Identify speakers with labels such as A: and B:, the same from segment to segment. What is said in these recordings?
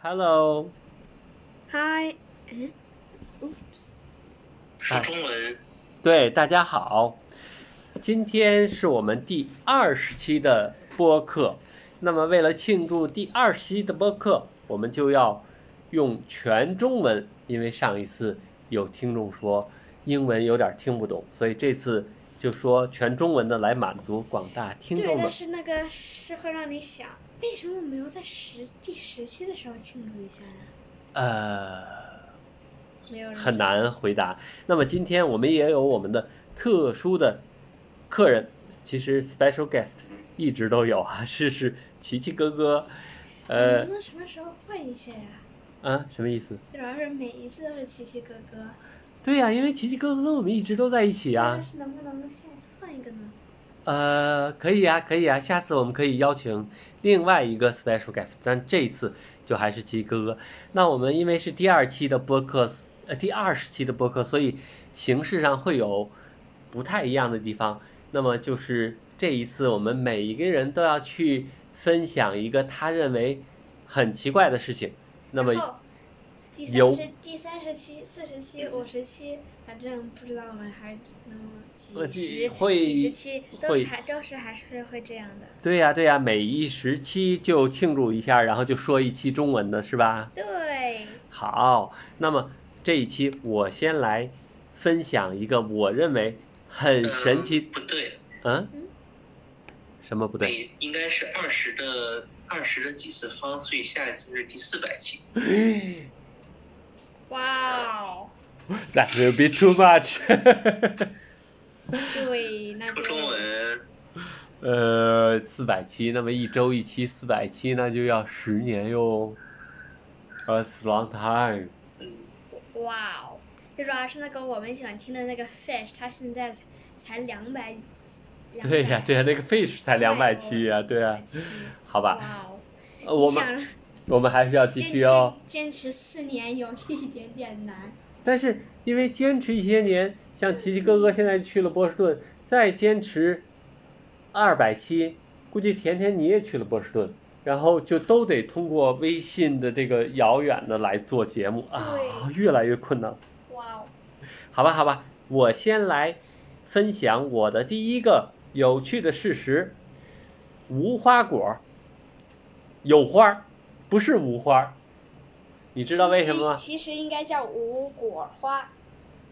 A: Hello，
B: 嗨，嗯，oops，
A: 啊
C: 说中文，
A: 对，大家好，今天是我们第二十期的播客。那么，为了庆祝第二十期的播客，我们就要用全中文，因为上一次有听众说英文有点听不懂，所以这次就说全中文的来满足广大听
B: 对，
A: 众
B: 但
A: 们。
B: 是那个是会让你想，为什么我没有在十第十期的时候庆祝一下呢？
A: 呃，
B: 没有人
A: 很难回答。那么今天我们也有我们的特殊的客人，其实 special guest 一直都有啊， 是是琪琪哥哥，
B: 能
A: 呃
B: 不能什么时候换一下呀？
A: 啊，什么意思？
B: 主要是每一次都是奇奇哥哥，
A: 对呀、因为琪琪哥哥跟我们一直都在一起啊
B: 但。是能不能下次换一个呢？
A: 呃，可以啊，可以啊，下次我们可以邀请另外一个 special guest，但这一次就还是奇哥哥。那我们因为是第二期的播客，呃，第二十期的播客，所以形式上会有不太一样的地方。那么就是这一次，我们每一个人都要去分享一个他认为很奇怪的事情。那么
B: 然后第
A: 有
B: 三十、第三十期、四十期、五十期，反正不知道我们还能
A: 呃
B: 几十、
A: 会
B: 几十期，都
A: 会
B: 是还都是还是会这样的。
A: 对呀、对呀、每一时期就庆祝一下，然后就说一期中文的是吧？
B: 对，
A: 好，那么这一期我先来分享一个我认为很神奇，
C: 呃不对，
A: 嗯，什么不对？
C: 你应该是二十的二十的几次方，所以下一次是第四百期。
B: 哇哦，
A: That will be too much
B: 对，那
C: 说
B: 就
C: 中文，
A: 呃，四百期，那么一周一期，四百期，那就要十年哟。That's long time。
C: 嗯，
B: 哇哦！最主要是那个我们喜欢听的那个 Fish，他现在才才两百，
A: 对呀、对呀、那个 fish 才两百期呀、对呀、好
B: 哇
A: 吧，
B: 哦！
A: 呃我
B: 你想
A: 们我们还是要继
B: 坚
A: 续哦。
B: 坚坚持四年有一点点难，
A: 但是因为坚持一些年，像奇奇哥哥现在去了波士顿，再坚持二百期，估计甜甜你也去了波士顿，然后就都得通过微信的这个遥远的来做节目啊，越来越困难。
B: 哇哦！
A: 好吧，好吧，我先来分享我的第一个有趣的事实：无花果有花儿，不是无花儿。你知道为什么吗？
B: 其实其实应该叫无果花，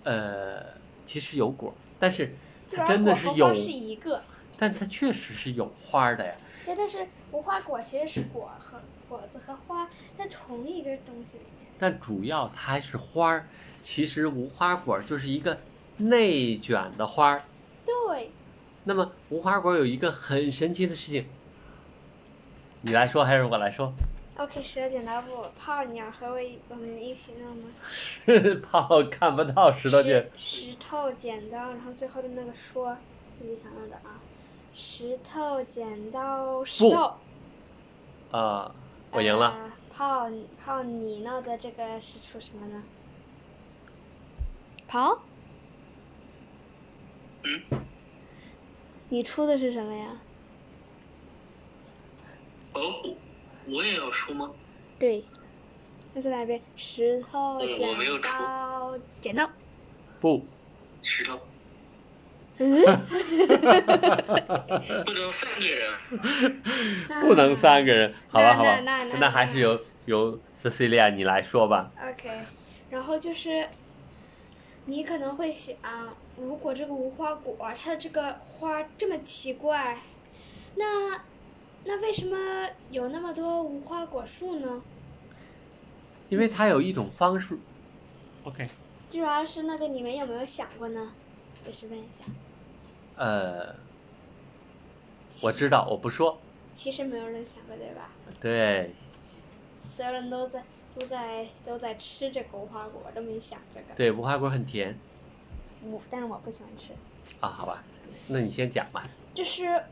A: 呃，其实有果，但是
B: 最主
A: 它
B: 要
A: 真的
B: 是
A: 是
B: 果和
A: 有
B: 花，是一个，
A: 但它确实是有花儿的呀。
B: 对，但是无花果其实是果和果子和花在同一个东西里面。
A: 但主要它还是花儿。其实无花果就是一个内卷的花儿。
B: 对，
A: 那么无花果有一个很神奇的事情，你来说还是我来说？
B: OK，舌剪刀布，泡鸟和我一我们一起弄吗？
A: 怕我看不到石头姐。
B: 石石头剪刀，然后最后的那个说自己想弄的啊，石头剪刀石头，
A: 啊、我赢了。
B: 呃泡泡你闹的这个是出什么呢？跑？
C: 嗯？
B: 你出的是什么呀？
C: 哦，我也要说吗？
B: 对，那在哪边？石头
C: 嗯我没有
B: 剪
C: 出
B: 刀剪刀。
A: 不，
C: 石头， 不能三个人啊，
A: 不能三个人，好吧，
B: 那
A: 好吧，
B: 那那那
A: 那还是由由 Cecilia 你来说吧。
B: OK，然后就是，你可能会想，如果这个无花果它的这个花这么奇怪，那那为什么有那么多无花果树呢？
A: 因为它有一种方式。OK，
B: 主要是那个你们有没有想过呢？也是问一下，
A: 呃，我知道，我不说。
B: 其实没有人想过，对吧？
A: 对，
B: 所有人都在都在都在吃这个无花果，都没想这个。
A: 对，无花果很甜
B: 我但是我不喜欢吃。
A: 啊，好吧，那你先讲吧。
B: 就是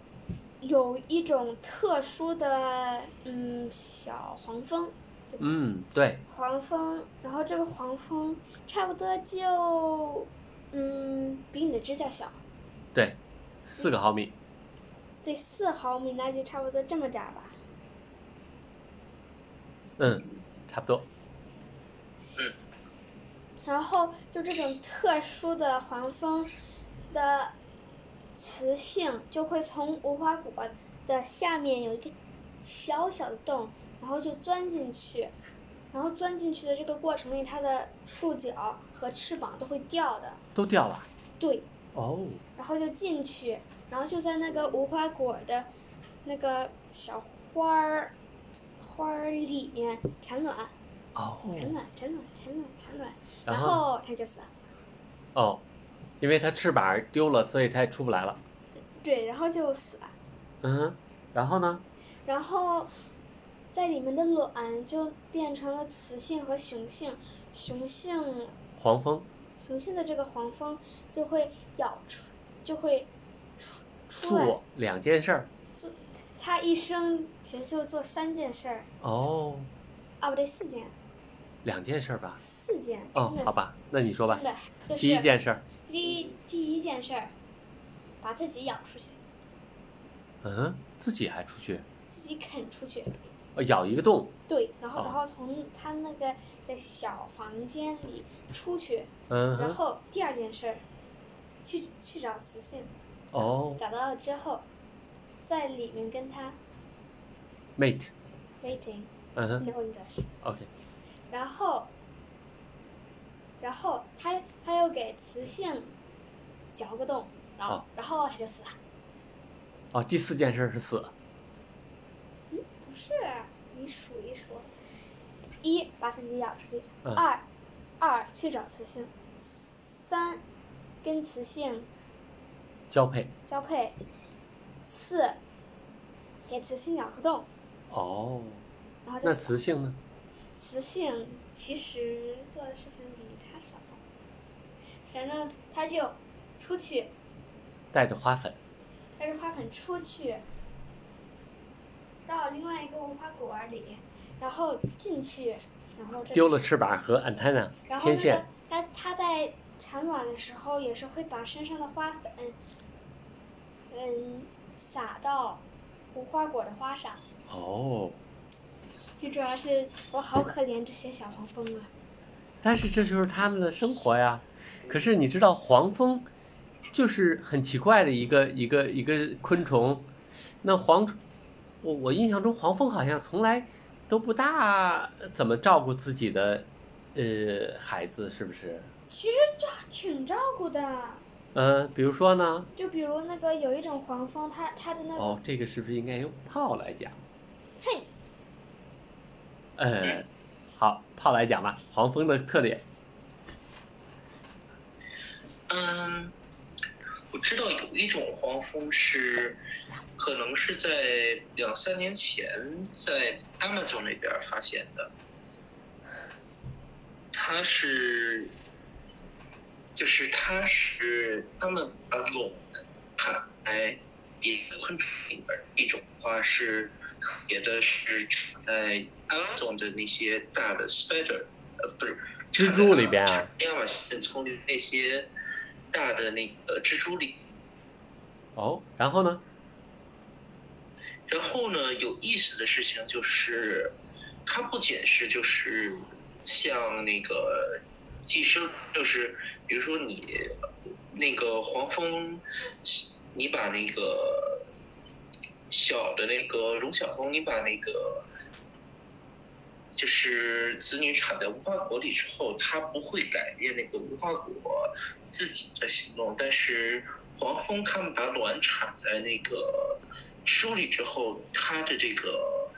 B: 有一种特殊的嗯小黄蜂，对吧？
A: 嗯，对，
B: 黄蜂，然后这个黄蜂差不多就嗯比你的指甲小，
A: 对，四个毫米，
B: 对，四毫米，那就差不多这么大吧。
A: 嗯，差不多。
B: 然后就这种特殊的黄蜂的雌性就会从无花果的下面有一个小小的洞，然后就钻进去，然后钻进去的这个过程里，它的触角和翅膀都会掉的，
A: 都掉了。
B: 对，
A: 哦，
B: 然后就进去，然后就在那个无花果的那个小花儿花儿里面产卵，
A: 哦，
B: 产卵，产卵，产卵，产卵，
A: 然
B: 然
A: 后
B: 后它就死了。
A: 哦，因为它翅膀丢了，所以它也出不来了。
B: 对，然后就死了。
A: 嗯哼，然后呢？
B: 然后在里面的卵就变成了雌性和雄性，雄性
A: 黄蜂
B: 雄性的这个黄蜂就会咬出，就会出出来。
A: 做两件事儿。
B: 它一生其实就做三件事儿，
A: 哦，
B: 啊不对，四件，
A: 两件事儿吧。
B: 四件。
A: 哦
B: 真的，
A: 好吧，那你说吧
B: 真。的就是
A: 第一件事儿，
B: 第一第一件事儿，把自己咬出去，
A: 嗯，自己还出去，
B: 自己啃出去。
A: 呃咬一个洞。
B: 对，然后
A: 哦
B: 然后从它那个的小房间里出去，
A: 嗯
B: 然
A: 哼，
B: 后第二件事儿，去去找雌性，
A: 哦
B: 找到了之后，在里面跟他
A: ，mate，
B: waiting
A: 嗯哼
B: no English，
A: ，OK，
B: 然后，然后他他又给雌性嚼个洞，然后、
A: 哦
B: 然后他就死了。
A: 哦，第四件事儿是死，
B: 不是，你数一数，一把自己咬出去，
A: 嗯
B: 二二去找雌性，三跟雌性
A: 交配。
B: 交配，四给雌性咬个洞，
A: 哦，
B: 然后就
A: 那
B: 死了。
A: 雌性呢？
B: 雌性其实做的事情比它少，反正它就出去，
A: 带着花粉。
B: 带着花粉出去，到另外一个无花果里，然后进去，然后这
A: 丢了翅膀和 antenna
B: 然
A: 天
B: 后那个
A: 线，
B: 它它在产卵的时候也是会把身上的花粉，嗯，撒到无花果的花上。
A: 哦，
B: 最主要是我好可怜这些小黄蜂啊！
A: 但是这就是他们的生活呀。可是你知道黄蜂，就是很奇怪的一个一个一个昆虫。那黄，我我印象中黄蜂好像从来都不大怎么照顾自己的呃孩子，是不是？
B: 其实这挺照顾的，啊
A: 呃，比如说呢，
B: 就比如那个有一种黄蜂，它它的那个、
A: 哦，这个是不是应该用炮来讲？
B: 嘿，
A: 呃，好，炮来讲吧，黄蜂的特点。
C: 嗯，我知道有一种黄蜂是，可能是在两三年前在 Amazon 那边发现的，它是，就是它是它们把卵产来别的昆虫里边儿一种的话是，别的是产在 Amazon 的那些大的 spider，呃，不是
A: 蜘蛛里边啊，
C: 亚马逊丛林那些大的那个蜘蛛里。
A: 哦，然后呢？
C: 然后呢，有意思的事情就是，它不仅是就是像那个寄生，就是比如说你那个黄蜂，你把那个小的那个绒小蜂，你把那个。就是子女产在无花果里之后，它不会改变那个无花果自己的行动，但是黄蜂它们把卵产在那个梳理之后，它的这个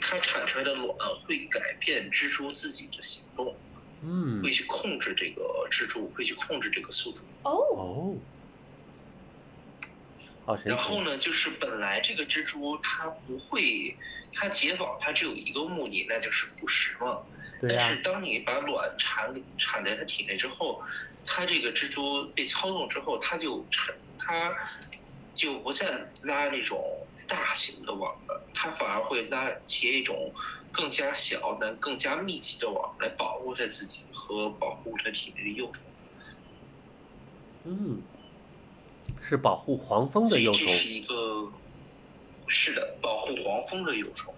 C: 它产出来的卵会改变蜘蛛自己的行动，
A: 嗯
C: 会，去控制这个蜘蛛，会去控制这个宿主。
B: 哦，
A: 哦，好神
C: 然后
A: 奇。
C: 呢，就是本来这个蜘蛛它不会，它结网它只有一个目的，那就是捕食嘛。
A: 对呀、
C: 但是当你把卵产给产在它体内之后，它这个蜘蛛被操纵之后，它就产它就不再拉那种大型的网了，它反而会拉结一种更加小但更加密集的网来保护它自己和保护它体内的幼虫。
A: 嗯，是保护黄蜂
C: 所
A: 的
C: 以
A: 幼
C: 这
A: 虫。
C: 是一个是的，保护黄蜂的幼虫。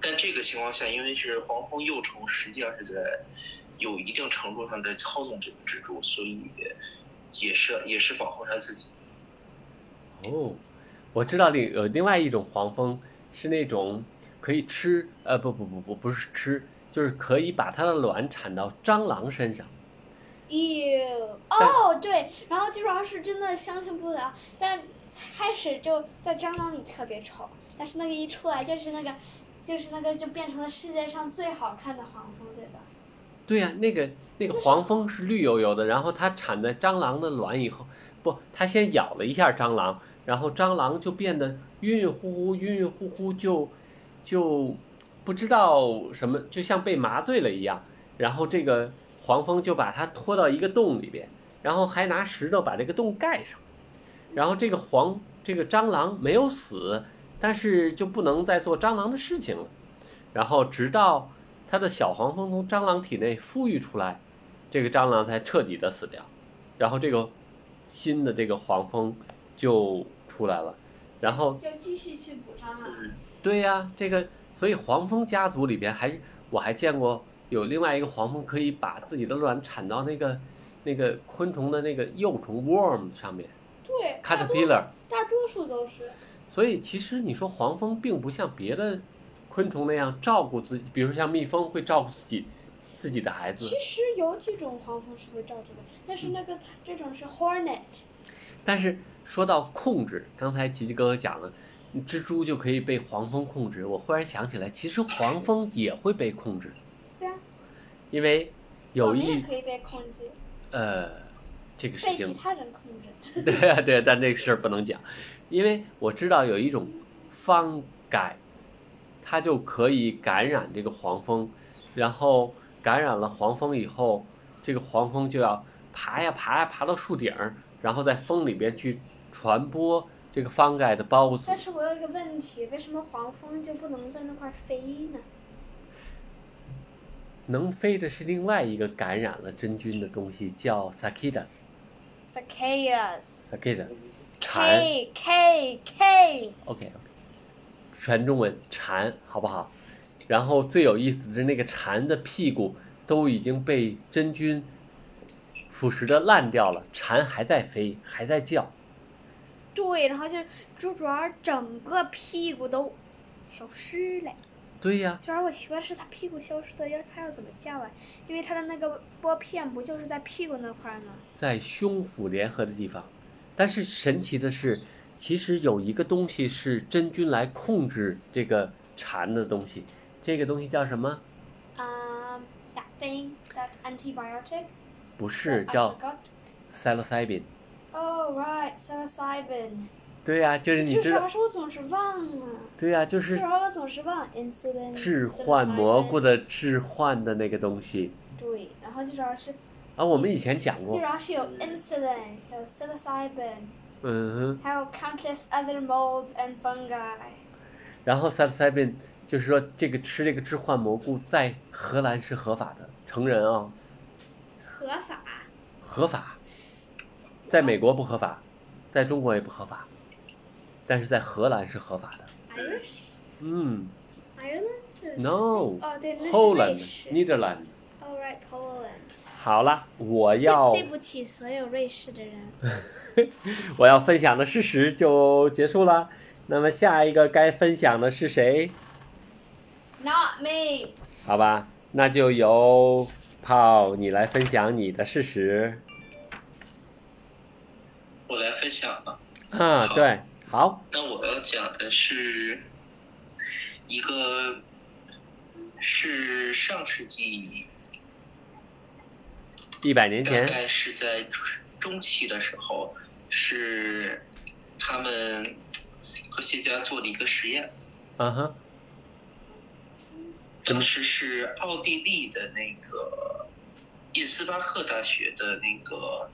C: 但这个情况下，因为是黄蜂幼虫，实际上是在有一定程度上在操纵这个蜘蛛，所以也是也是保护它自己。
A: 哦，我知道另有另外一种黄蜂是那种可以吃，呃，不不不不不是吃，就是可以把它的卵产到蟑螂身上。
B: 哟，哦，对，然后就主要是真的相信不了，但开始就在蟑螂里特别丑，但是那个一出来就是那个，就是那个就变成了世界上最好看的黄蜂，对吧？
A: 对呀、那个那个黄蜂是绿油油的，然后它产的蟑螂的卵以后，不，它先咬了一下蟑螂，然后蟑螂就变得晕晕乎乎，晕晕乎乎就就不知道什么，就像被麻醉了一样。然后这个黄蜂就把它拖到一个洞里边，然后还拿石头把这个洞盖上。然后这个黄这个蟑螂没有死，但是就不能再做蟑螂的事情了。然后直到它的小黄蜂从蟑螂体内孵育出来，这个蟑螂才彻底的死掉，然后这个新的这个黄蜂就出来了，然后
B: 就继续去捕蟑螂。
C: 嗯，
A: 对呀、这个所以黄蜂家族里边还是我还见过有另外一个黄蜂可以把自己的卵产到那个那个昆虫的那个幼虫 worm 上面
B: 对，大多
A: caterpillar，
B: 大多数都是。
A: 所以其实你说黄蜂并不像别的昆虫那样照顾自己，比如像蜜蜂会照顾自己自己的孩子，
B: 其实有几种黄蜂是会罩住的，但是那个、这种是 hornet，
A: 但是说到控制，刚才琪琪哥哥讲了，蜘蛛就可以被黄蜂控制。我忽然想起来，其实黄蜂也会被控制，
B: 对啊，
A: 因为
B: 我
A: 有
B: 们也
A: 一
B: 可以被控制，
A: 呃这个事
B: 被
A: 情
B: 其他人控制。
A: 对啊， 对啊，但这个事儿不能讲，因为我知道有一种方改，它就可以感染这个黄蜂，然后感染了黄蜂以后，这个黄蜂就要爬呀爬呀爬到树顶儿，然后在风里边去传播这个方改的孢子
B: 但。是我有一个问题，为什么黄蜂就不能在那块飞呢？
A: 能飞的是另外一个感染了真菌的东西，叫 cicadas，cicadas
B: Cicadas。
A: 蝉。
B: K K K。
A: OK，全中文蝉，好不好？然后最有意思的是那个蝉的屁股都已经被真菌腐蚀的烂掉了，蝉还在飞，还在叫。
B: 对，然后就是猪主要整个屁股都消失了。
A: 对呀，
B: 主要我奇怪的是它屁股消失的，要它要怎么叫啊？因为它的那个拨片不就是在屁股那块儿吗？
A: 在胸腹联合的地方。但是神奇的是，其实有一个东西是真菌来控制这个蝉的东西，这个东西叫什么？
B: Um, that thing, that antibiotic.
A: 不是
B: that I
A: 叫
B: forgot.
A: psilocybin。
B: Oh right, psilocybin.
A: 对呀、就是你
B: 这
A: 知
B: 主要
A: 道，
B: 是我总是忘啊，
A: 对呀、就是
B: 这主要我总是忘 insulin.
A: 置换蘑菇
B: psilocybin
A: 的置换的那个东西
B: 对，然后最主要是
A: 啊，我们以前讲
B: 最
A: 过
B: 主，要是有 insulin，有 psilocybin，
A: 嗯哼，
B: 还有 countless other molds and fungi。
A: 然后 psilocybin 就是说这个吃这个置换蘑菇在荷兰是合法的，成人啊、
B: 合法？
A: 合法，在美国不合法，在中国也不合法，但是在荷兰是合法的，
B: Irish？
A: 嗯
B: Ireland？
A: No
B: 哦，对，那是瑞
A: ，Holland、
B: 士。
A: Netherlands，
B: All right, Poland。
A: 好啦，我要
B: 对对不起，所有瑞士的人。
A: 我要分享的事实就结束了，那么下一个该分享的是谁？
B: Not me.
A: 好吧，那就由泡你来分享你的事实
C: 我来分享吧。
A: 啊，
C: 好
A: 对，好，
C: 那我要讲的是一个是上世纪
A: 一百年
C: 大
A: 前，
C: 概是在中中期的时候，是他们科学家做了一个实验，
A: 嗯哼，
C: 当时是奥地利的那个印斯巴克大学的那个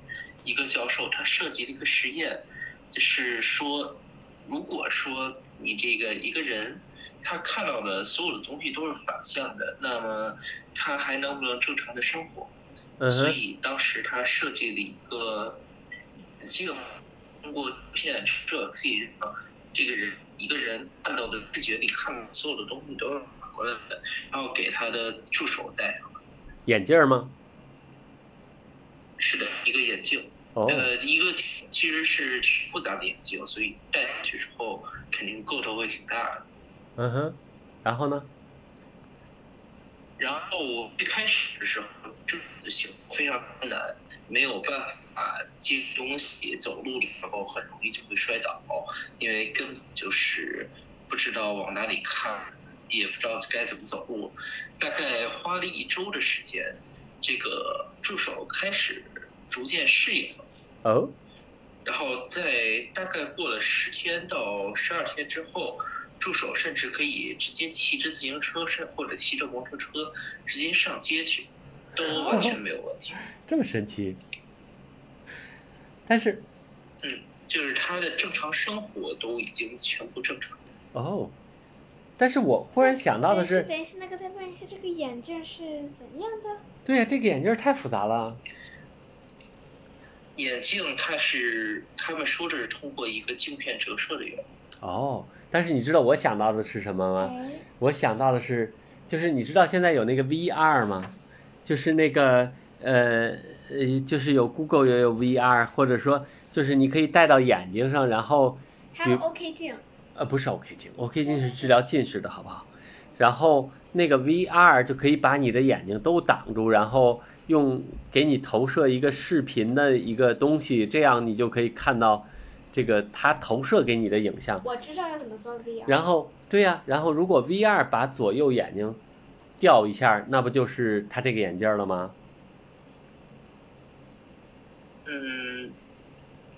C: 一个教授，他设计了一个实验，就是说，如果说你这个一个人他看到的所有的东西都是反向的，那么他还能不能正常的生活？
A: 嗯
C: 所
A: 哼，
C: 以当时他设计了一个镜，通过片这可以让这个人一个人看到的视觉里看到的所有的东西都是反过回来的，然后给他的助手戴上。
A: 眼镜儿吗？
C: 是的，一个眼镜，
A: 哦，
C: 呃，一个其实是挺复杂的眼镜，所以戴上去之后肯定个头会挺大的。
A: 嗯哼，然后呢？
C: 然后我最开始的时候，就是行非常困难，没有办法接东西，走路的时候很容易就会摔倒，因为根本就是不知道往哪里看，也不知道该怎么走路。大概花了一周的时间，这个助手开始逐渐适应了。
A: 哦，
C: 然后在大概过了十天到十二天之后，助手甚至可以直接骑着自行车，甚或者骑着摩托车直接上街去，都完全没有问题。
A: 这么神奇。但是，
C: 嗯，就是他的正常生活都已经全部正常。
A: 哦，但是我忽然想到的是，
B: 等一下，那个再问一下，这个眼镜是怎样的？
A: 对呀、这个眼镜儿太复杂了。
C: 眼镜它是他们说的是通过一个镜片折射的原理，
A: 哦，但是你知道我想到的是什么吗？
B: 哎，
A: 我想到的是，就是你知道现在有那个 VR 吗？就是那个呃呃，就是有 Google 也有 VR，或者说就是你可以戴到眼睛上，然后
B: 还有
A: 比
B: OK 镜，
A: 呃不是 OK 镜，OK 镜是治疗近视的好不好？然后那个 VR 就可以把你的眼睛都挡住，然后用给你投射一个视频的一个东西，这样你就可以看到这个它投射给你的影像。
B: 我知道要怎么做 VR。
A: 然后对呀、然后如果 VR 把左右眼睛调一下，那不就是他这个眼镜儿了吗？
C: 嗯，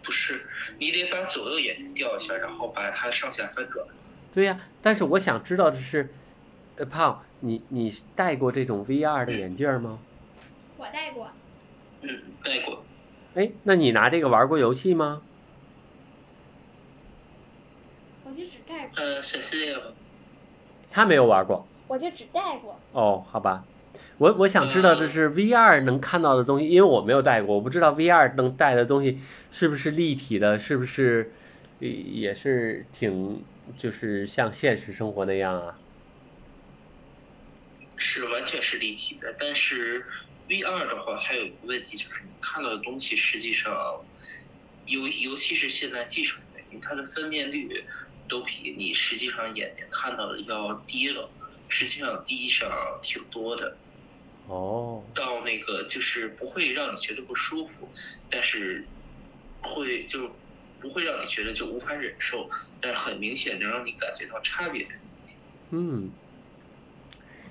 C: 不是，你得把左右眼睛调一下，然后把它上下翻转。
A: 对呀、但是我想知道的是，呃，胖，你你戴过这种 VR 的眼镜儿吗？
B: 我戴过，
C: 嗯，戴过。
A: 哎，那你拿这个玩过游戏吗？
B: 我就只戴过，
C: 呃，沈思燕吗？
A: 他没有玩过
B: 我就只戴过。
A: 哦，好吧。我我想知道的是 VR 能看到的东西，因为我没有戴过，我不知道 VR 能带的东西是不是立体的，是不是呃也是挺就是像现实生活那样啊？
C: 是完全是立体的，但是 V 二的话还有个问题就是，你看到的东西实际上，尤尤其是现在技术的原因，它的分辨率都比你实际上眼睛看到的要低了，实际上低上挺多的，
A: 哦，
C: 到那个就是不会让你觉得不舒服，但是会就不会让你觉得就无法忍受，但是很明显能让你感觉到差别。
A: 嗯，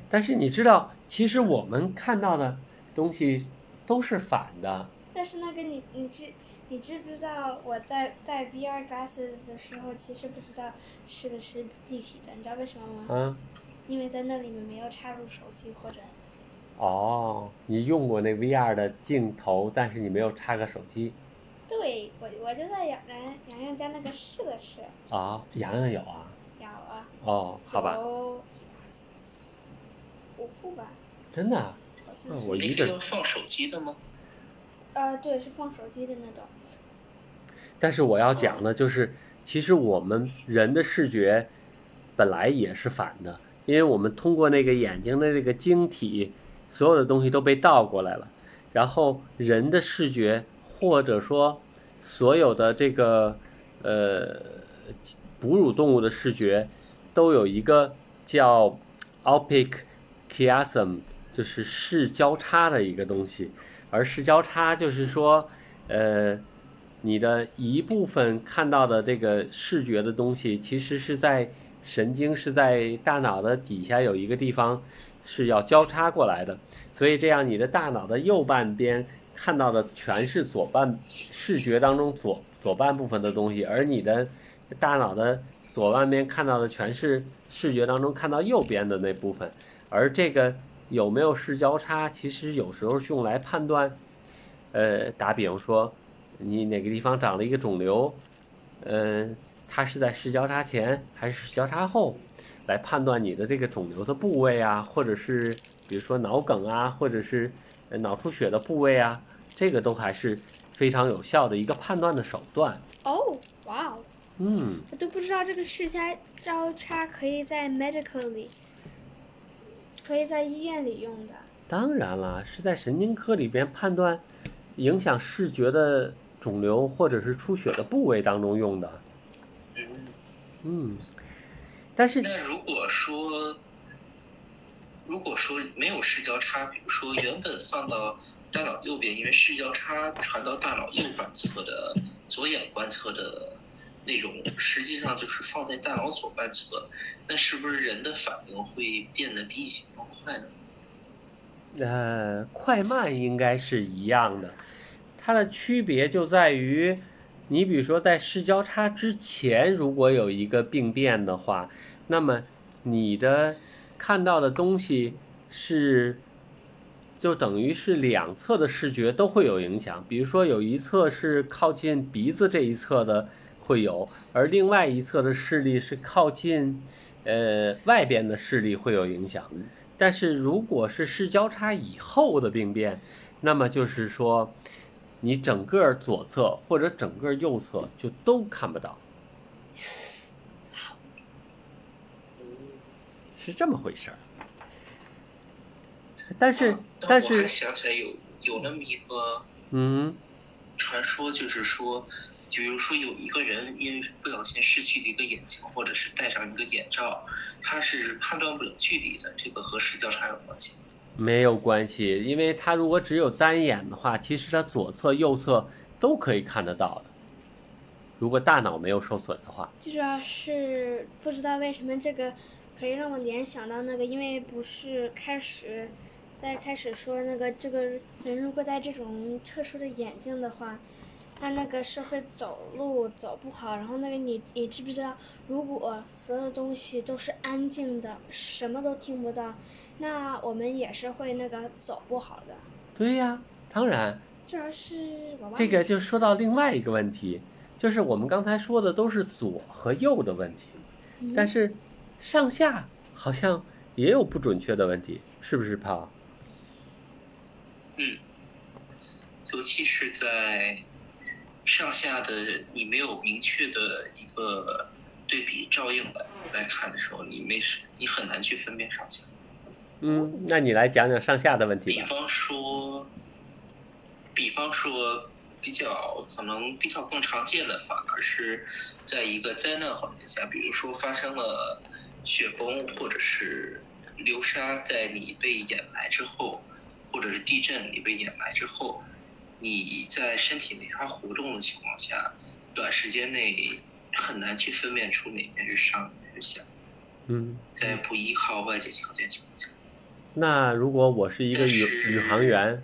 A: 但是你知道，其实我们看到的东西都是反的。
B: 但是那个你你知你知不知道我在戴 VR glasses 的时候，其实不知道是不是立体的，你知道为什么吗？
A: 嗯，
B: 因为在那里面没有插入手机或者
A: 哦，你用过那 VR 的镜头，但是你没有插个手机
B: 对我我就在洋洋洋洋家那个试了试，
A: 啊？洋洋有啊？
B: 有啊，
A: 哦，好吧，
B: 有一二三四五副吧，
A: 真的啊，
B: 好像
A: 那
B: 是。
A: 我
C: 你
A: 一
C: 是
A: 个
C: 要，放手机的吗？
B: 呃，对，是放手机的那种。
A: 但是我要讲的就是，其实我们人的视觉本来也是反的，因为我们通过那个眼睛的那个晶体，所有的东西都被倒过来了。然后人的视觉，或者说所有的这个呃哺乳动物的视觉，都有一个叫 opic chiasm，就是视交叉的一个东西。而视交叉就是说，呃，你的一部分看到的这个视觉的东西，其实是在神经是在大脑的底下有一个地方是要交叉过来的，所以这样你的大脑的右半边看到的全是左半视觉当中左左半部分的东西，而你的大脑的左半边看到的全是视觉当中看到右边的那部分，而这个有没有视交叉，其实有时候是用来判断，呃，打比方说。你哪个地方长了一个肿瘤，呃，它是在视交叉前还是视交叉后，来判断你的这个肿瘤的部位啊，或者是比如说脑梗啊，或者是呃脑出血的部位啊，这个都还是非常有效的一个判断的手段。
B: 哦，哇哦，
A: 嗯，
B: 我都不知道这个视加交叉可以在 medical 里可以在医院里用的。
A: 当然了，是在神经科里边判断影响视觉的肿瘤或者是出血的部位当中用的。
C: 嗯，
A: 嗯，但是
C: 那如果说，如果说没有视交叉，比如说原本放到大脑右边，因为视交叉传到大脑右半侧的左眼观测的那种，实际上就是放在大脑左半侧，那是不是人的反应会变得比以前更快呢？
A: 呃，快慢应该是一样的，它的区别就在于，你比如说在视交叉之前，如果有一个病变的话，那么你的看到的东西是，就等于是两侧的视觉都会有影响。比如说有一侧是靠近鼻子这一侧的会有，而另外一侧的视力是靠近呃外边的视力会有影响。但是如果是视交叉以后的病变，那么就是说，你整个左侧或者整个右侧就都看不到，是这么回事儿。但是
C: 啊，
A: 但
C: 我还
A: 是，
C: 想起来有有那么一个
A: 嗯
C: 传说，就是说，比如说有一个人因为不小心失去了一个眼睛，或者是戴上一个眼罩，他是判断不了距离的，这个和视交叉有关系。
A: 没有关系，因为他如果只有单眼的话，其实他左侧、右侧都可以看得到的。如果大脑没有受损的话，
B: 最主要啊是不知道为什么这个可以让我联想到那个，因为不是开始在开始说那个这个人如果戴这种特殊的眼镜的话，他那个是会走路走不好。然后那个你你知不知道，如果所有东西都是安静的，什么都听不到，那我们也是会那个走不好的。
A: 对呀、当然。
B: 最主要是我忘
A: 这个
B: 了
A: 就说到另外一个问题，就是我们刚才说的都是左和右的问题，但是上下好像也有不准确的问题，是不是胖？
C: 嗯，尤其是在上下的你没有明确的一个对比照应来来看的时候，你没事，你很难去分辨上下。
A: 嗯，那你来讲讲上下的问题
C: 比
A: 吧。
C: 方说，比方说比较可能比较更常见的，反而是在一个灾难环境下，比如说发生了雪崩或者是流沙，在你被掩埋之后，或者是地震你被掩埋之后，你在身体没法活动的情况下，短时间内很难去分辨出哪边是上哪边是下，
A: 嗯，
C: 在不依靠外界条件情况下，
A: 那如果我是一个宇宇航员，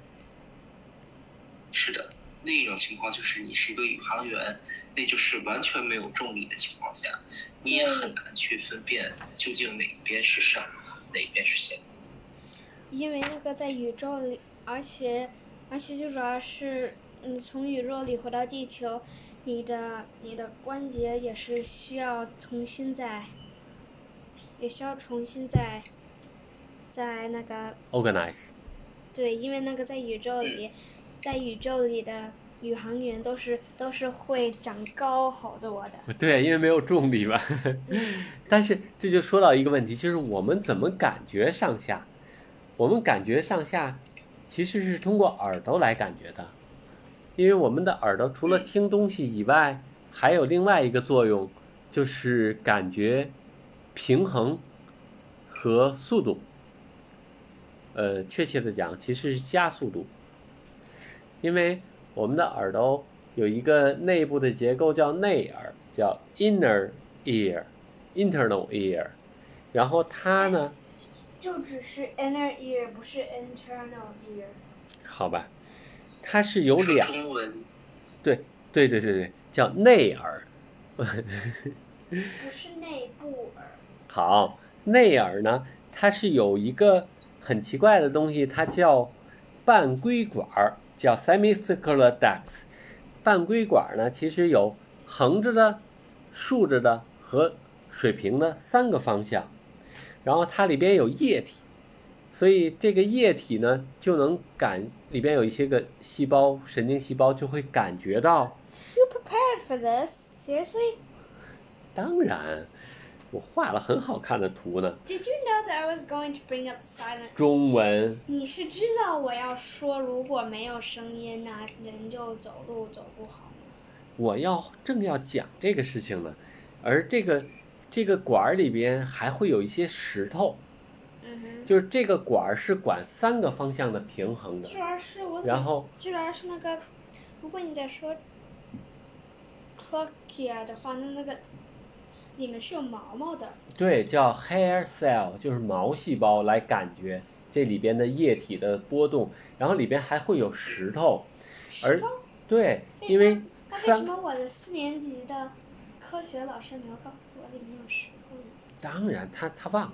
C: 是的，另一种情况就是你是一个宇航员，那就是完全没有重力的情况下，你也很难去分辨究竟哪边是上，哪边是下。
B: 因为那个在宇宙里，而且而且最主要是，你从宇宙里回到地球，你的你的关节也是需要重新再，也需要重新再，在那个
A: organize，
B: 对，因为那个在宇宙里，在宇宙里的宇航员都是都是会长高好多的。
A: 对，因为没有重力吧。 但是这就说到一个问题，就是我们怎么感觉上下？我们感觉上下其实是通过耳朵来感觉的，因为我们的耳朵除了听东西以外，还有另外一个作用，就是感觉平衡和速度。呃，确切的讲，其实是加速度，因为我们的耳朵有一个内部的结构叫内耳，叫 inner ear，internal ear，然后它呢。
B: 就只是 inner ear，不是 internal ear。
A: 好吧，它是有两
C: 说中文
A: 对对对对对，叫内耳。
B: 不是内部耳，
A: 好，内耳呢，它是有一个很奇怪的东西，它叫半规管儿，叫 semicircular duct。半规管儿呢，其实有横着的、竖着的和水平的三个方向，然后它里边有液体，所以这个液体呢，就能感里边有一些个细胞、神经细胞就会感觉到
B: You prepared for this? Seriously?
A: 当然，我画了很好看的图呢。
B: Did you know that I was going to bring up the silent？
A: 中文
B: 你是知道我要说，如果没有声音呐、人就走路走不好。
A: 我要正要讲这个事情呢，而这个这个管儿里边还会有一些石头，
B: 嗯哼，
A: 就是这个管儿是管三个方向的平衡的
B: 居。然是我怎
A: 然
B: 么？
A: 后
B: 居然是那个，如果你在说 c l o c k i a 的话，那那个里面是有毛毛的。
A: 对叫 hair cell，就是毛细胞来感觉这里边的液体的波动，然后里边还会有石头。
B: 石头？
A: 对，因为
B: 那为什
A: 三
B: 么我的四年级的科学老师没有告诉我里面有石头呢？
A: 当然他他忘了，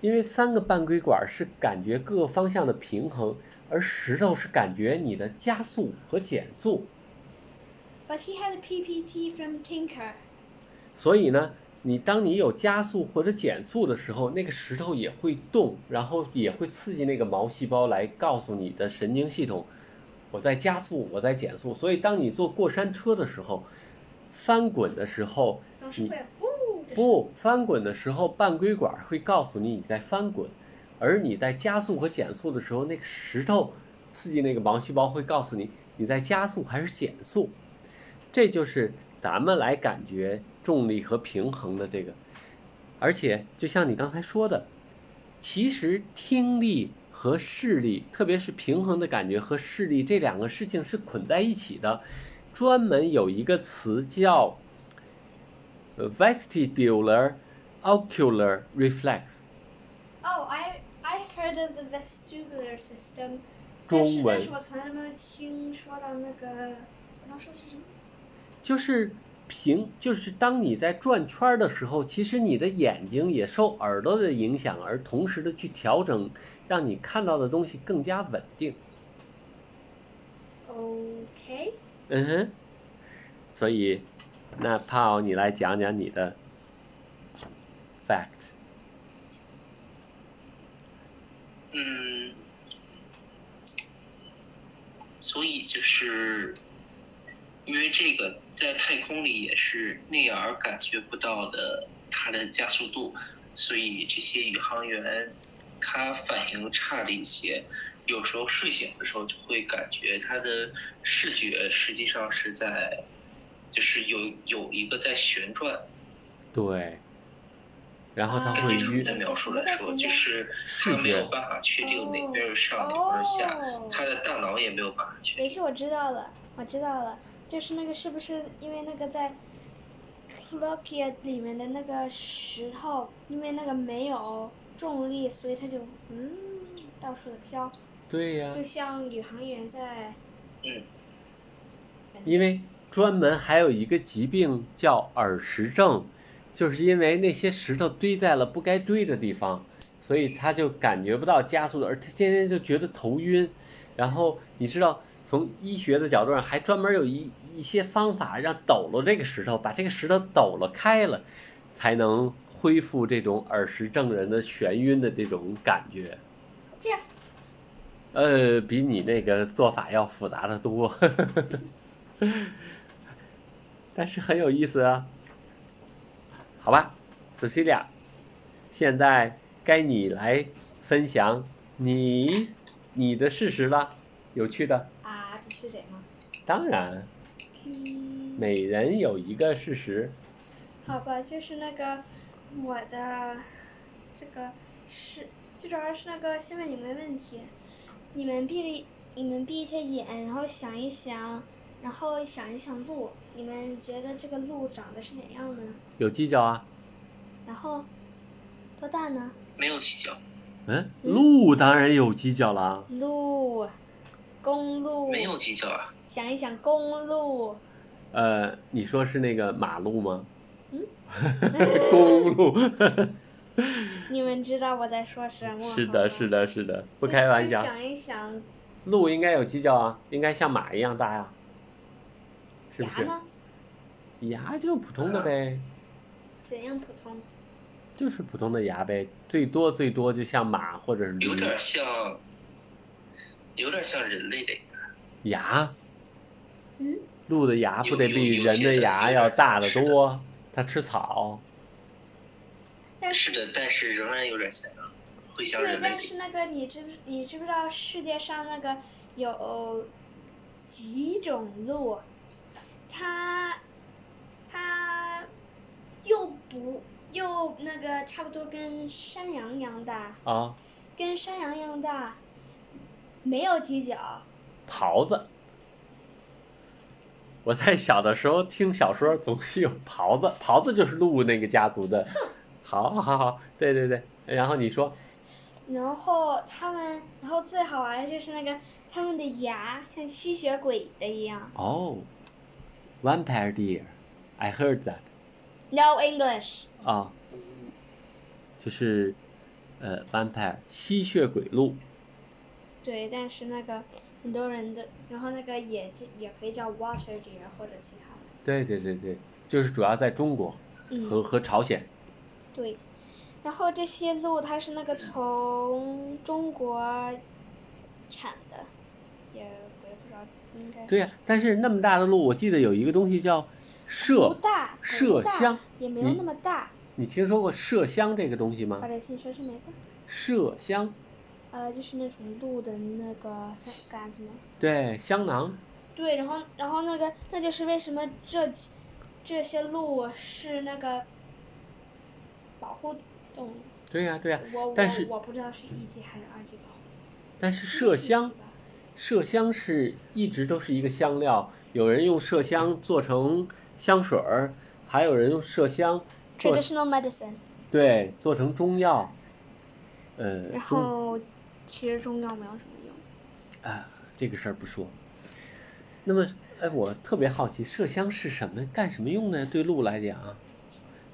A: 因为三个半规管是感觉各个方向的平衡，而石头是感觉你的加速和减速。
B: But he had a PPT from Tinker.
A: 所以呢，你当你有加速或者减速的时候，那个石头也会动，然后也会刺激那个毛细胞来告诉你的神经系统，我在加速，我在减速。所以当你坐过山车的时候，翻滚的时候，
B: 总是
A: 你
B: 会有呜的声音。
A: 不翻滚的时候，半规管会告诉你你在翻滚，而你在加速和减速的时候，那个石头刺激那个毛细胞会告诉你你在加速还是减速。这就是咱们来感觉重力和平衡的这个。而且就像你刚才说的，其实听力和视力，特别是平衡的感觉和视力这两个事情是捆在一起的。专门有一个词叫呃 vestibular ocular reflex，
B: Oh, I I've heard of the vestibular system.
A: 中
B: 但是
A: 文
B: 但是我从来都没有听说到那个，我刚说是什么？
A: 就是平，就是当你在转圈儿的时候，其实你的眼睛也受耳朵的影响，而同时的去调整，让你看到的东西更加稳定。
B: OK，
A: 嗯哼，所以那帕奥，你来讲讲你的 fact。
C: 嗯，所以就是因为这个在太空里也是内耳感觉不到的它的加速度，所以这些宇航员他反应差了一些，有时候睡醒的时候就会感觉他的视觉实际上是在就是有有一个在旋转，
A: 对，然后他
B: 啊
C: 根
A: 会
C: 据他
A: 晕
C: 们的。描述来说，就是他没有办法确定哪边是上，哪边嗯是下，
B: 哦，
C: 他的大脑也没有办法确
B: 没
C: 定。
B: 事，我知道了，我知道了，就是那个是不是因为那个在 c l o c k i 里面的那个石头，因为那个没有重力，所以它就嗯到处的飘，
A: 对呀、
B: 就像宇航员在
C: 嗯，
A: 因为专门还有一个疾病叫耳石症，就是因为那些石头堆在了不该堆的地方，所以他就感觉不到加速了，而他天天就觉得头晕。然后你知道，从医学的角度上，还专门有一一些方法让抖了这个石头，把这个石头抖了开了，才能恢复这种耳石症人的眩晕的这种感觉。
B: 这样。
A: 呃，比你那个做法要复杂的多， 但是很有意思啊。好吧，Cecilia，现在该你来分享你你的事实了，有趣的。
D: 啊，必须得吗？
A: 当然，
B: 嗯
A: 每人有一个事实。
B: 好吧，就是那个我的这个是最主要是那个，先问你们问题，你们闭你们闭一下眼，然后想一想，然后想一想鹿，你们觉得这个鹿长得是哪样的呢？
A: 有犄角啊？
B: 然后多大呢？
C: 没有犄角，
A: 嗯，鹿当然有犄角啦。
B: 鹿，公鹿，
C: 没有犄角啊，
B: 想一想公 鹿，
A: 呃，你说是那个马路吗？公路。
B: 你们知道我在说什 么？
A: 是的，是
B: 的，
A: 的，是的，不
B: 不
A: 开玩笑。
B: 想一想
A: 鹿应该有犄角啊，应该像马一样大呀、是不
B: 牙
A: 是？
B: 呢，
A: 牙就普通的
C: 啊
A: 呗，
B: 怎样普通？
A: 就是普通的牙呗，最多最多就像马或者是
C: 有
A: 驴
C: 点像，有点像人类的，
A: 牙。
B: 嗯，
A: 鹿的牙不得比人的牙要大得多？它吃草，
C: 是的，但是仍然有点像会像
B: 对
C: 人，类
B: 但是那个你知不你知不知道世界上那个有几种鹿，它它又不又那个差不多跟山羊一样大，
A: 啊，
B: 跟山羊一样大，没有犄角，
A: 狍子。我在小的时候听小说，总是有狍子，狍子就是鹿那个家族的。好，好，好，好，对对对。然后你说
B: 然后它们，然后最好玩的就是那个它们的牙像吸血鬼的一样。
A: 哦、v a m p i r e deer, I heard that.
B: No English，
A: 啊，就是呃，vampire 吸血鬼鹿
B: 对，但是那个很多人的，然后那个也就也可以叫 water deer 或者其他的。
A: 对对对对，就是主要在中国和、
B: 嗯，
A: 和朝鲜。
B: 对。然后这些鹿它是那个从中国产的，也我也不知道，应该
A: 对呀、但是那么大的鹿，我记得有一个东西叫
B: 不
A: 麝，
B: 大，
A: 麝
B: 不大
A: 香嗯
B: 也没有
A: 你
B: 那么大。
A: 你听说过麝香这个东西
B: 把
A: 吗？
B: 这新说是哪个？
A: 麝香，
B: 呃，就是那种鹿的那个三杆子吗？
A: 对，香囊。
B: 对，然后然后那个那就是为什么这几这些鹿是那个保护动物，
A: 对呀、对呀、
B: 我
A: 但
B: 我
A: 是
B: 我不知道是一级还是二级保护动物。
A: 但是
B: 应
A: 麝
B: 该是一级
A: 香，
B: 吧
A: 麝香是一直都是一个香料，有人用麝香做成香水儿，还有人用麝香做
B: ，traditional medicine，
A: 对做成中药。呃，
B: 然
A: 中
B: 后其实中药没有什么用。
A: 啊，这个事儿不说。那么，哎，我特别好奇，麝香是什么，干什么用呢？对鹿来讲，啊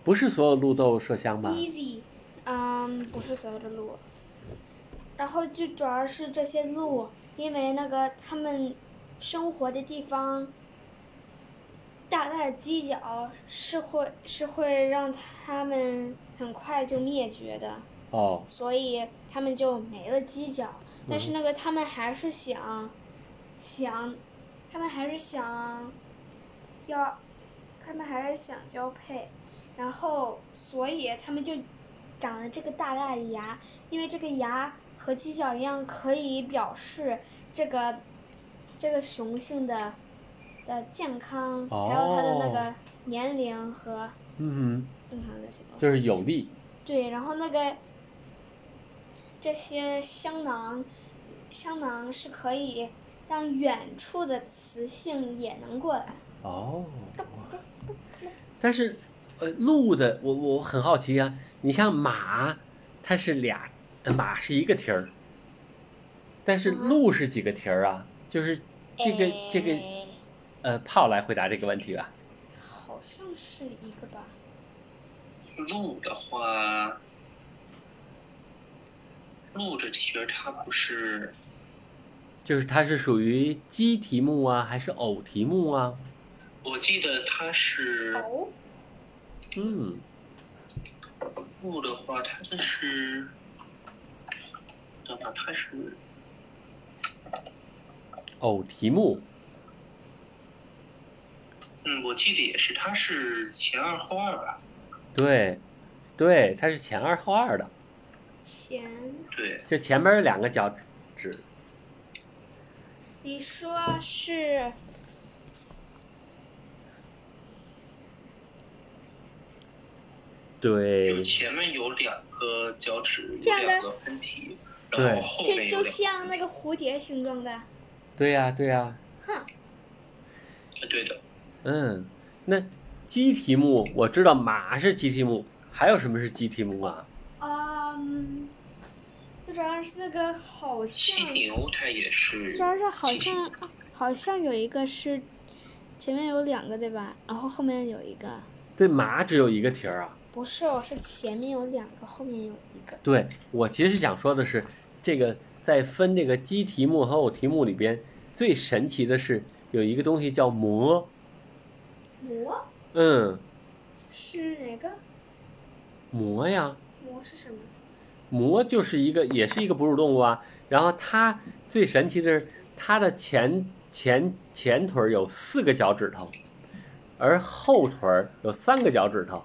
A: 不是所有鹿都有麝香吧？
B: Easy，嗯，不是所有的鹿，然后就主要是这些鹿，因为那个它们生活的地方，大大的犄角是会是会让它们很快就灭绝的，
A: 哦，
B: 所以它们就没了犄角。但是那个它们还是想，想，它们还是想，要，它们还是想交配，然后所以它们就长了这个大大的牙，因为这个牙和犄角一样，可以表示这个这个雄性的的健康，还有它的那
A: 哦
B: 个年龄和
A: 嗯
B: 正常的这些东
A: 哼，
B: 西。
A: 就是有利。
B: 对，然后那个这些香囊，香囊是可以让远处的雌性也能过来。
A: 哦，但是，呃，鹿的，我我很好奇啊。你像马，它是俩，呃马是一个蹄儿，但是
B: 嗯
A: 鹿是几个蹄儿啊？就是这个这个，
B: 哎
A: 呃，炮来回答这个问题吧。
B: 好像是一个吧？
C: 鹿的话，鹿的其实它不是，
A: 就是它是属于鸡蹄目啊，还是偶蹄目啊？
C: 我记得它是
B: 哦，
A: 嗯，
C: 鹿的话，它就是，等等，它是
A: 偶蹄目。
C: 嗯，我记得也是，它是前二后二吧？
A: 对，对，它是前二后二的，
B: 前
C: 对，
A: 就前面有两个脚趾。
B: 你说是
A: 对
C: 有，前面有两个脚趾，
B: 这
C: 有
B: 样的
C: 两个分体，然
A: 对
C: 后后
B: 这
C: 面有
B: 就
C: 两
B: 像那个蝴蝶形状的，
A: 对呀、对呀、
B: 哼，
C: 个，对的，
A: 嗯，那鸡蹄目我知道马是鸡蹄目，还有什么是鸡蹄目啊？
B: 嗯，最主要是那个好
C: 犀
B: 像
C: 牛它也是，
B: 主要是好
C: 犀
B: 像好像有一个是前面有两个对吧？然后后面有一个，
A: 对，马只有一个蹄儿啊。
B: 不是哦，是前面有两个，后面有一个。
A: 对我其实想说的是，这个在分这个鸡蹄目和偶蹄目里边，最神奇的是有一个东西叫膜。
B: 魔
A: 嗯，
B: 是哪个？
A: 膜呀，
B: 魔是什么？
A: 膜就是一个也是一个哺乳动物啊。然后它最神奇的是，它的前前前腿儿有四个脚趾头，而后腿儿有三个脚趾头。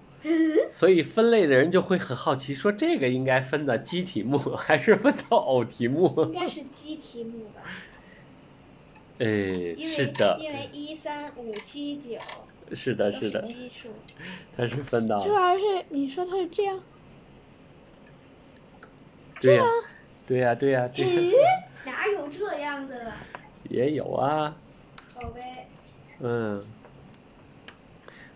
A: 所以分类的人就会很好奇，说这个应该分的鸡题目还是分到偶题
B: 应
A: 目？
B: 该是鸡题目吧？
A: 哎，
B: 因为
A: 是的，
B: 因为一三五七九
A: 是的，
B: 都
A: 是
B: 是
A: 的，啊
B: 奇数。
A: 它是分到
B: 这玩意儿是你说它是这样，
A: 对呀、对呀、对呀、对呀、
B: 哪有这样的啊？
A: 也有啊，
B: 宝贝，
A: 嗯，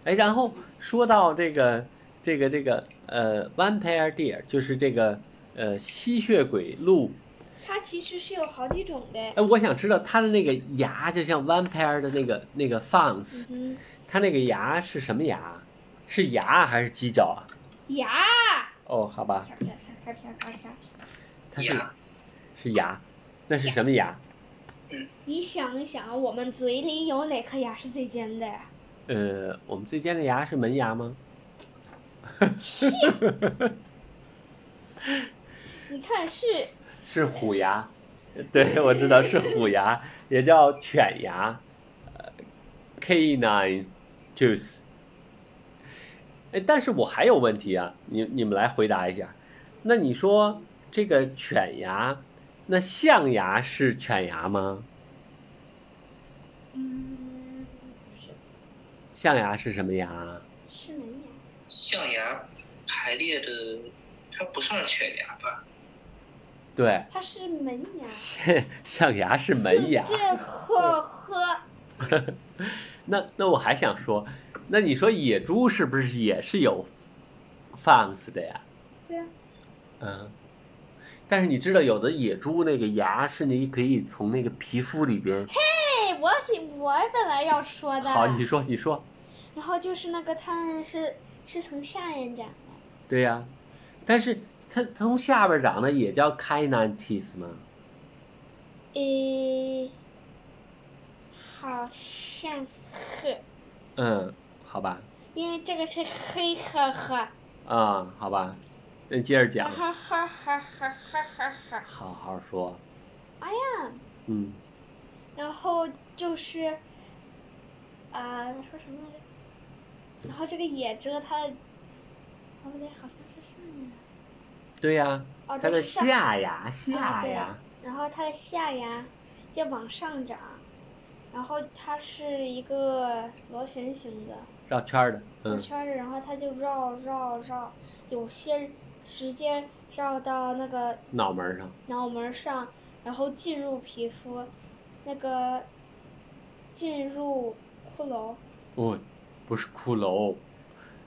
A: 哎，然后说到这个这个这个呃，one pair deer 就是这个呃吸血鬼鹿，
B: 它其实是有好几种的。
A: 哎，我想知道它的那个牙，就像 one pair 的那个那个 fans，
B: 嗯，
A: 它那个牙是什么牙？是牙还是犄角啊？
B: 牙，
A: 哦，好吧，
B: 啪啪啪啪啪啪。
A: 它是
C: 牙
A: 是牙，那是什么牙？
B: 你想一想，我们嘴里有哪颗牙是最尖的啊呀？
A: 呃，我们最尖的牙是门牙吗？
B: 你看是
A: 是虎牙， 对，我知道是虎牙，也叫犬牙，呃，canine tooth。哎，但是我还有问题啊，你你们来回答一下。那你说这个犬牙，那象牙是犬牙吗？
B: 嗯，不是，
A: 象牙是什么牙？
B: 是门牙。
C: 象牙排列的，它不算是犬牙吧？
A: 对，
B: 它是门牙。
A: 象牙是门牙。
B: 这呵呵，
A: 那那我还想说，那你说野猪是不是也是有 fans 的呀？
B: 对啊，
A: 嗯，但是你知道，有的野猪那个牙是你可以从那个皮肤里边儿。
B: 哎，我喜我本来要说的，
A: 好，你说，你说，
B: 然后就是那个它们是是从下面长的，
A: 对呀、但是它它从下边长的也叫 canine teeth 吗？
B: 诶，呃好像是，
A: 嗯，好吧，
B: 因为这个是黑呵呵，啊
A: 啊、好吧，那你接着讲，
B: 哈哈哈哈哈哈哈，
A: 好好说。
B: 哎呀，
A: 嗯，
B: 然后就是，啊、他说什么来着？然后这个野蛰它的，哦不对，好像是上面的，
A: 对呀、
B: 哦
A: 它
B: 这
A: 的
B: 是上。
A: 下牙，下
B: 对
A: 牙，
B: 然后它的下牙就往上长，然后它是一个螺旋形的
A: 绕圈儿的，
B: 一
A: 嗯，
B: 圈儿的，然后它就绕绕绕，有些直接绕到那个
A: 脑门儿上，
B: 脑门上，然后进入皮肤，那个进入骷髅，
A: 哦，不是骷髅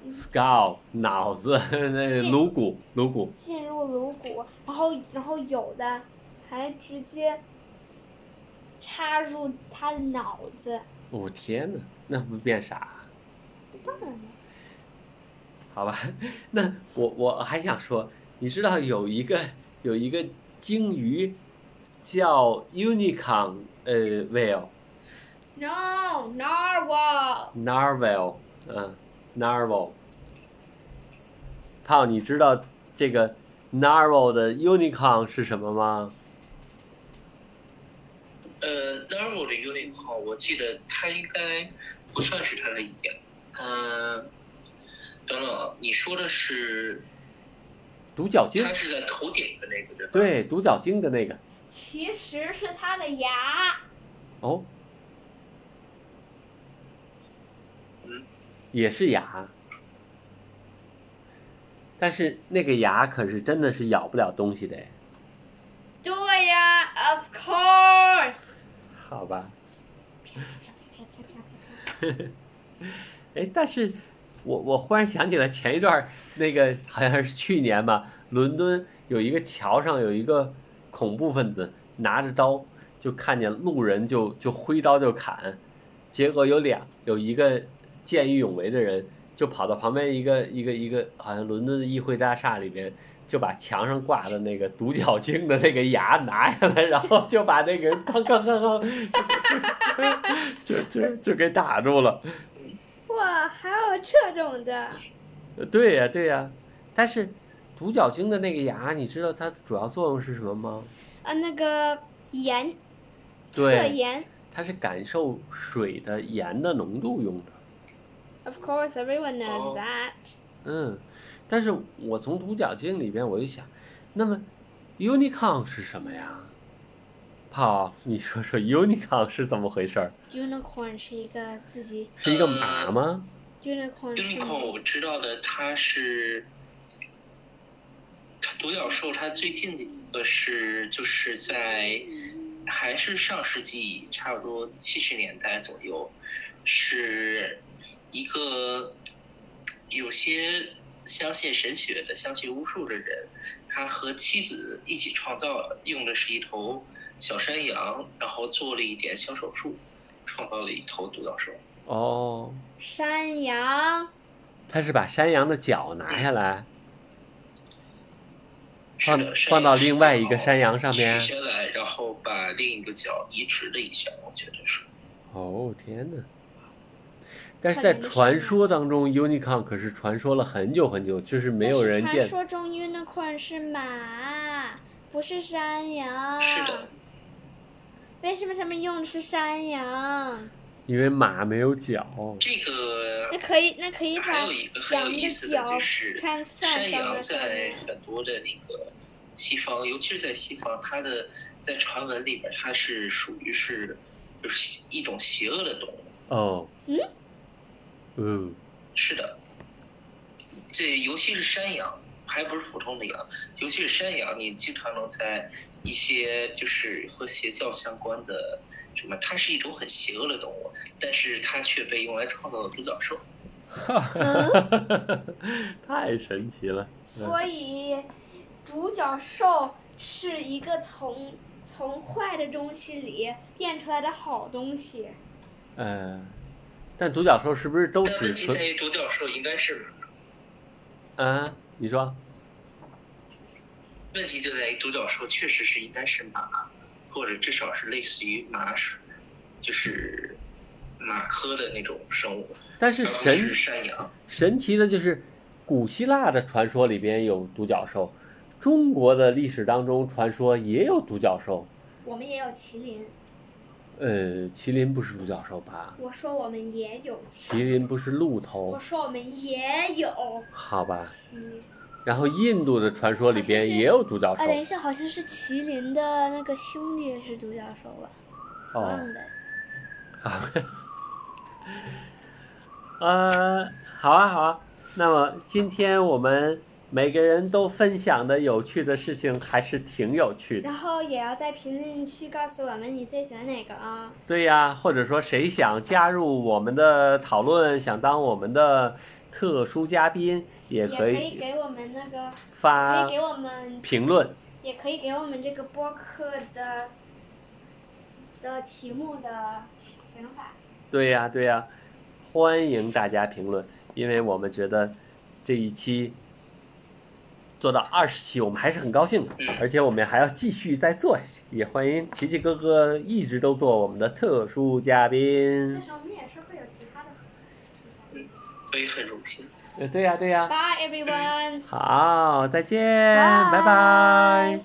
B: 嗯
A: ，skull 脑子， 那
B: 进
A: 颅骨，颅骨，
B: 进入颅骨，然后然后有的还直接插入它的脑子，
A: 我、哦天哪，那不变傻啊、
B: 当然了。
A: 好吧，那我我还想说，你知道有一个有一个鲸鱼叫 unicorn 呃 whale
B: No, narwhal.
A: narwhal 嗯 narwhal，胖，你知道这个 narwhal 的 unicorn 是什么吗？
C: 呃 n a r r o w 的 unicorn，我记得它应该不算是它的牙。嗯、等等啊，你说的是
A: 独角鲸
C: 它，是在头顶的那个对吧？
A: 对，独角鲸的那个
B: 其实是它的牙，
A: 哦
C: 嗯，
A: 也是牙。但是那个牙可是真的是咬不了东西的哎。
B: 对呀，of course。
A: 好吧。哎，但是我我忽然想起来，前一段儿那个好像是去年吧，伦敦有一个桥上有一个恐怖分子拿着刀，就看见路人就就挥刀就砍，结果有两有一个见义勇为的人就跑到旁边一个一个一个好像伦敦的议会大厦里边。就把墙上挂的那个独角鲸的那个牙拿下来，然后就把那个人 哐哐哐哐，就就就给打住了。
B: 哇，还有这种的，
A: 呃对呀、对呀、但是独角鲸的那个牙，你知道它主要作用是什么吗？
B: 啊，那个盐，测
A: 对
B: 盐
A: 它是感受水的盐的浓度用的。
B: ，of course everyone knows
C: 哦
B: that。
A: 嗯，但是我从独角鲸里边我就想，那么 unicorn 是什么呀？泡，你说说 unicorn 是怎么回事儿？
B: unicorn 是一个自己
A: 是一个马吗？
B: unicorn 是
C: unicorn 哦我知道的，它是它独角兽，它最近的一个是就是在还是上世纪差不多七十年代左右，是一个有些相信神学的、相信巫术的人，他和妻子一起创造，用的是一头小山羊，然后做了一点小手术，创造了一头独角兽。
A: 哦，
B: 山羊，
A: 他是把山羊的脚拿下来，
C: 是的
A: 放
C: 山
A: 放
C: 羊
A: 到
C: 是
A: 另外
C: 脚
A: 一个山羊上面
C: 取下来，然后把另一个脚移植了一下，我觉得是。
A: 哦天哪！但是
B: 快
A: 在
B: 点就
A: 传
B: 上
A: 说当中，unicorn 可是传说了很久很久，就是没有人
B: 但
A: 见
B: 是传。说中 unicorn 是马，不是山羊。
C: 是的，
B: 为什么他们用的是山羊？
A: 因为马没有脚。
C: 这个
B: 那可以，那可以把
C: 还有一个很有
B: 羊
C: 意
B: 的
C: 思
B: 脚
C: 的就是，
B: transfer
C: 山
B: 到
C: 羊
B: 那上
C: 在嗯
B: 面。
C: 很多的那个西方，尤其是在西方，它的在传闻里边，它是属于是就是一种邪恶的动物。
A: 哦，
B: 嗯，
A: 嗯，
C: 是的，这尤其是山羊，还不是普通的羊，尤其是山羊，你经常能在一些就是和邪教相关的什么，它是一种很邪恶的动物，但是它却被用来创造了独角兽。
B: 嗯
A: 太神奇了。
B: 所以，独角兽是一个从从坏的东西里变出来的好东西。
A: 呃，但独角兽是不是都
C: 但问
A: 只
C: 题
A: 存
C: 在于独角兽应该是，
A: 啊？你说
C: 问题就在于独角兽确实是应该是马，或者至少是类似于马属，就是马科的那种生物，
A: 但是
C: 而不
A: 神
C: 是山羊。
A: 神奇的就是，古希腊的传说里边有独角兽，中国的历史当中传说也有独角兽。
B: 我们也有麒麟，
A: 呃，麒麟不是独角兽吧？
B: 我说我们也有麒
A: 麒麟不是鹿头
B: 我，说我们也有
A: 好吧？
B: 麒麟。
A: 然后印度的传说里边
B: 好像是
A: 也有独角兽
B: 啊，等一下，好像是麒麟的那个兄弟是独角兽吧？
A: 哦。
B: 忘了。
A: 呃，好啊，好啊。那么今天我们每个人都分享的有趣的事情还是挺有趣的。
B: 然后也要在评论区告诉我们你最喜欢哪个啊？
A: 对呀、或者说谁想加入我们的讨论，想当我们的特殊嘉宾，也
B: 也
A: 可
B: 以啊
A: 以
B: 给我们那个，可
A: 发
B: 以给我们，
A: 评论。
B: 也可以给我们这个播客的的题目的想法。
A: 对呀、对呀、欢迎大家评论，因为我们觉得这一期做到二十期，我们还是很高兴的
C: 嗯，
A: 而且我们还要继续再做下去，也欢迎奇奇哥哥一直都做我们的特殊嘉宾
B: 但。是我们也是会有其他的。
C: 我也很荣幸。
A: 呃，对呀、对呀、
B: Bye everyone.
A: 好，再见，拜
B: 拜
A: 拜。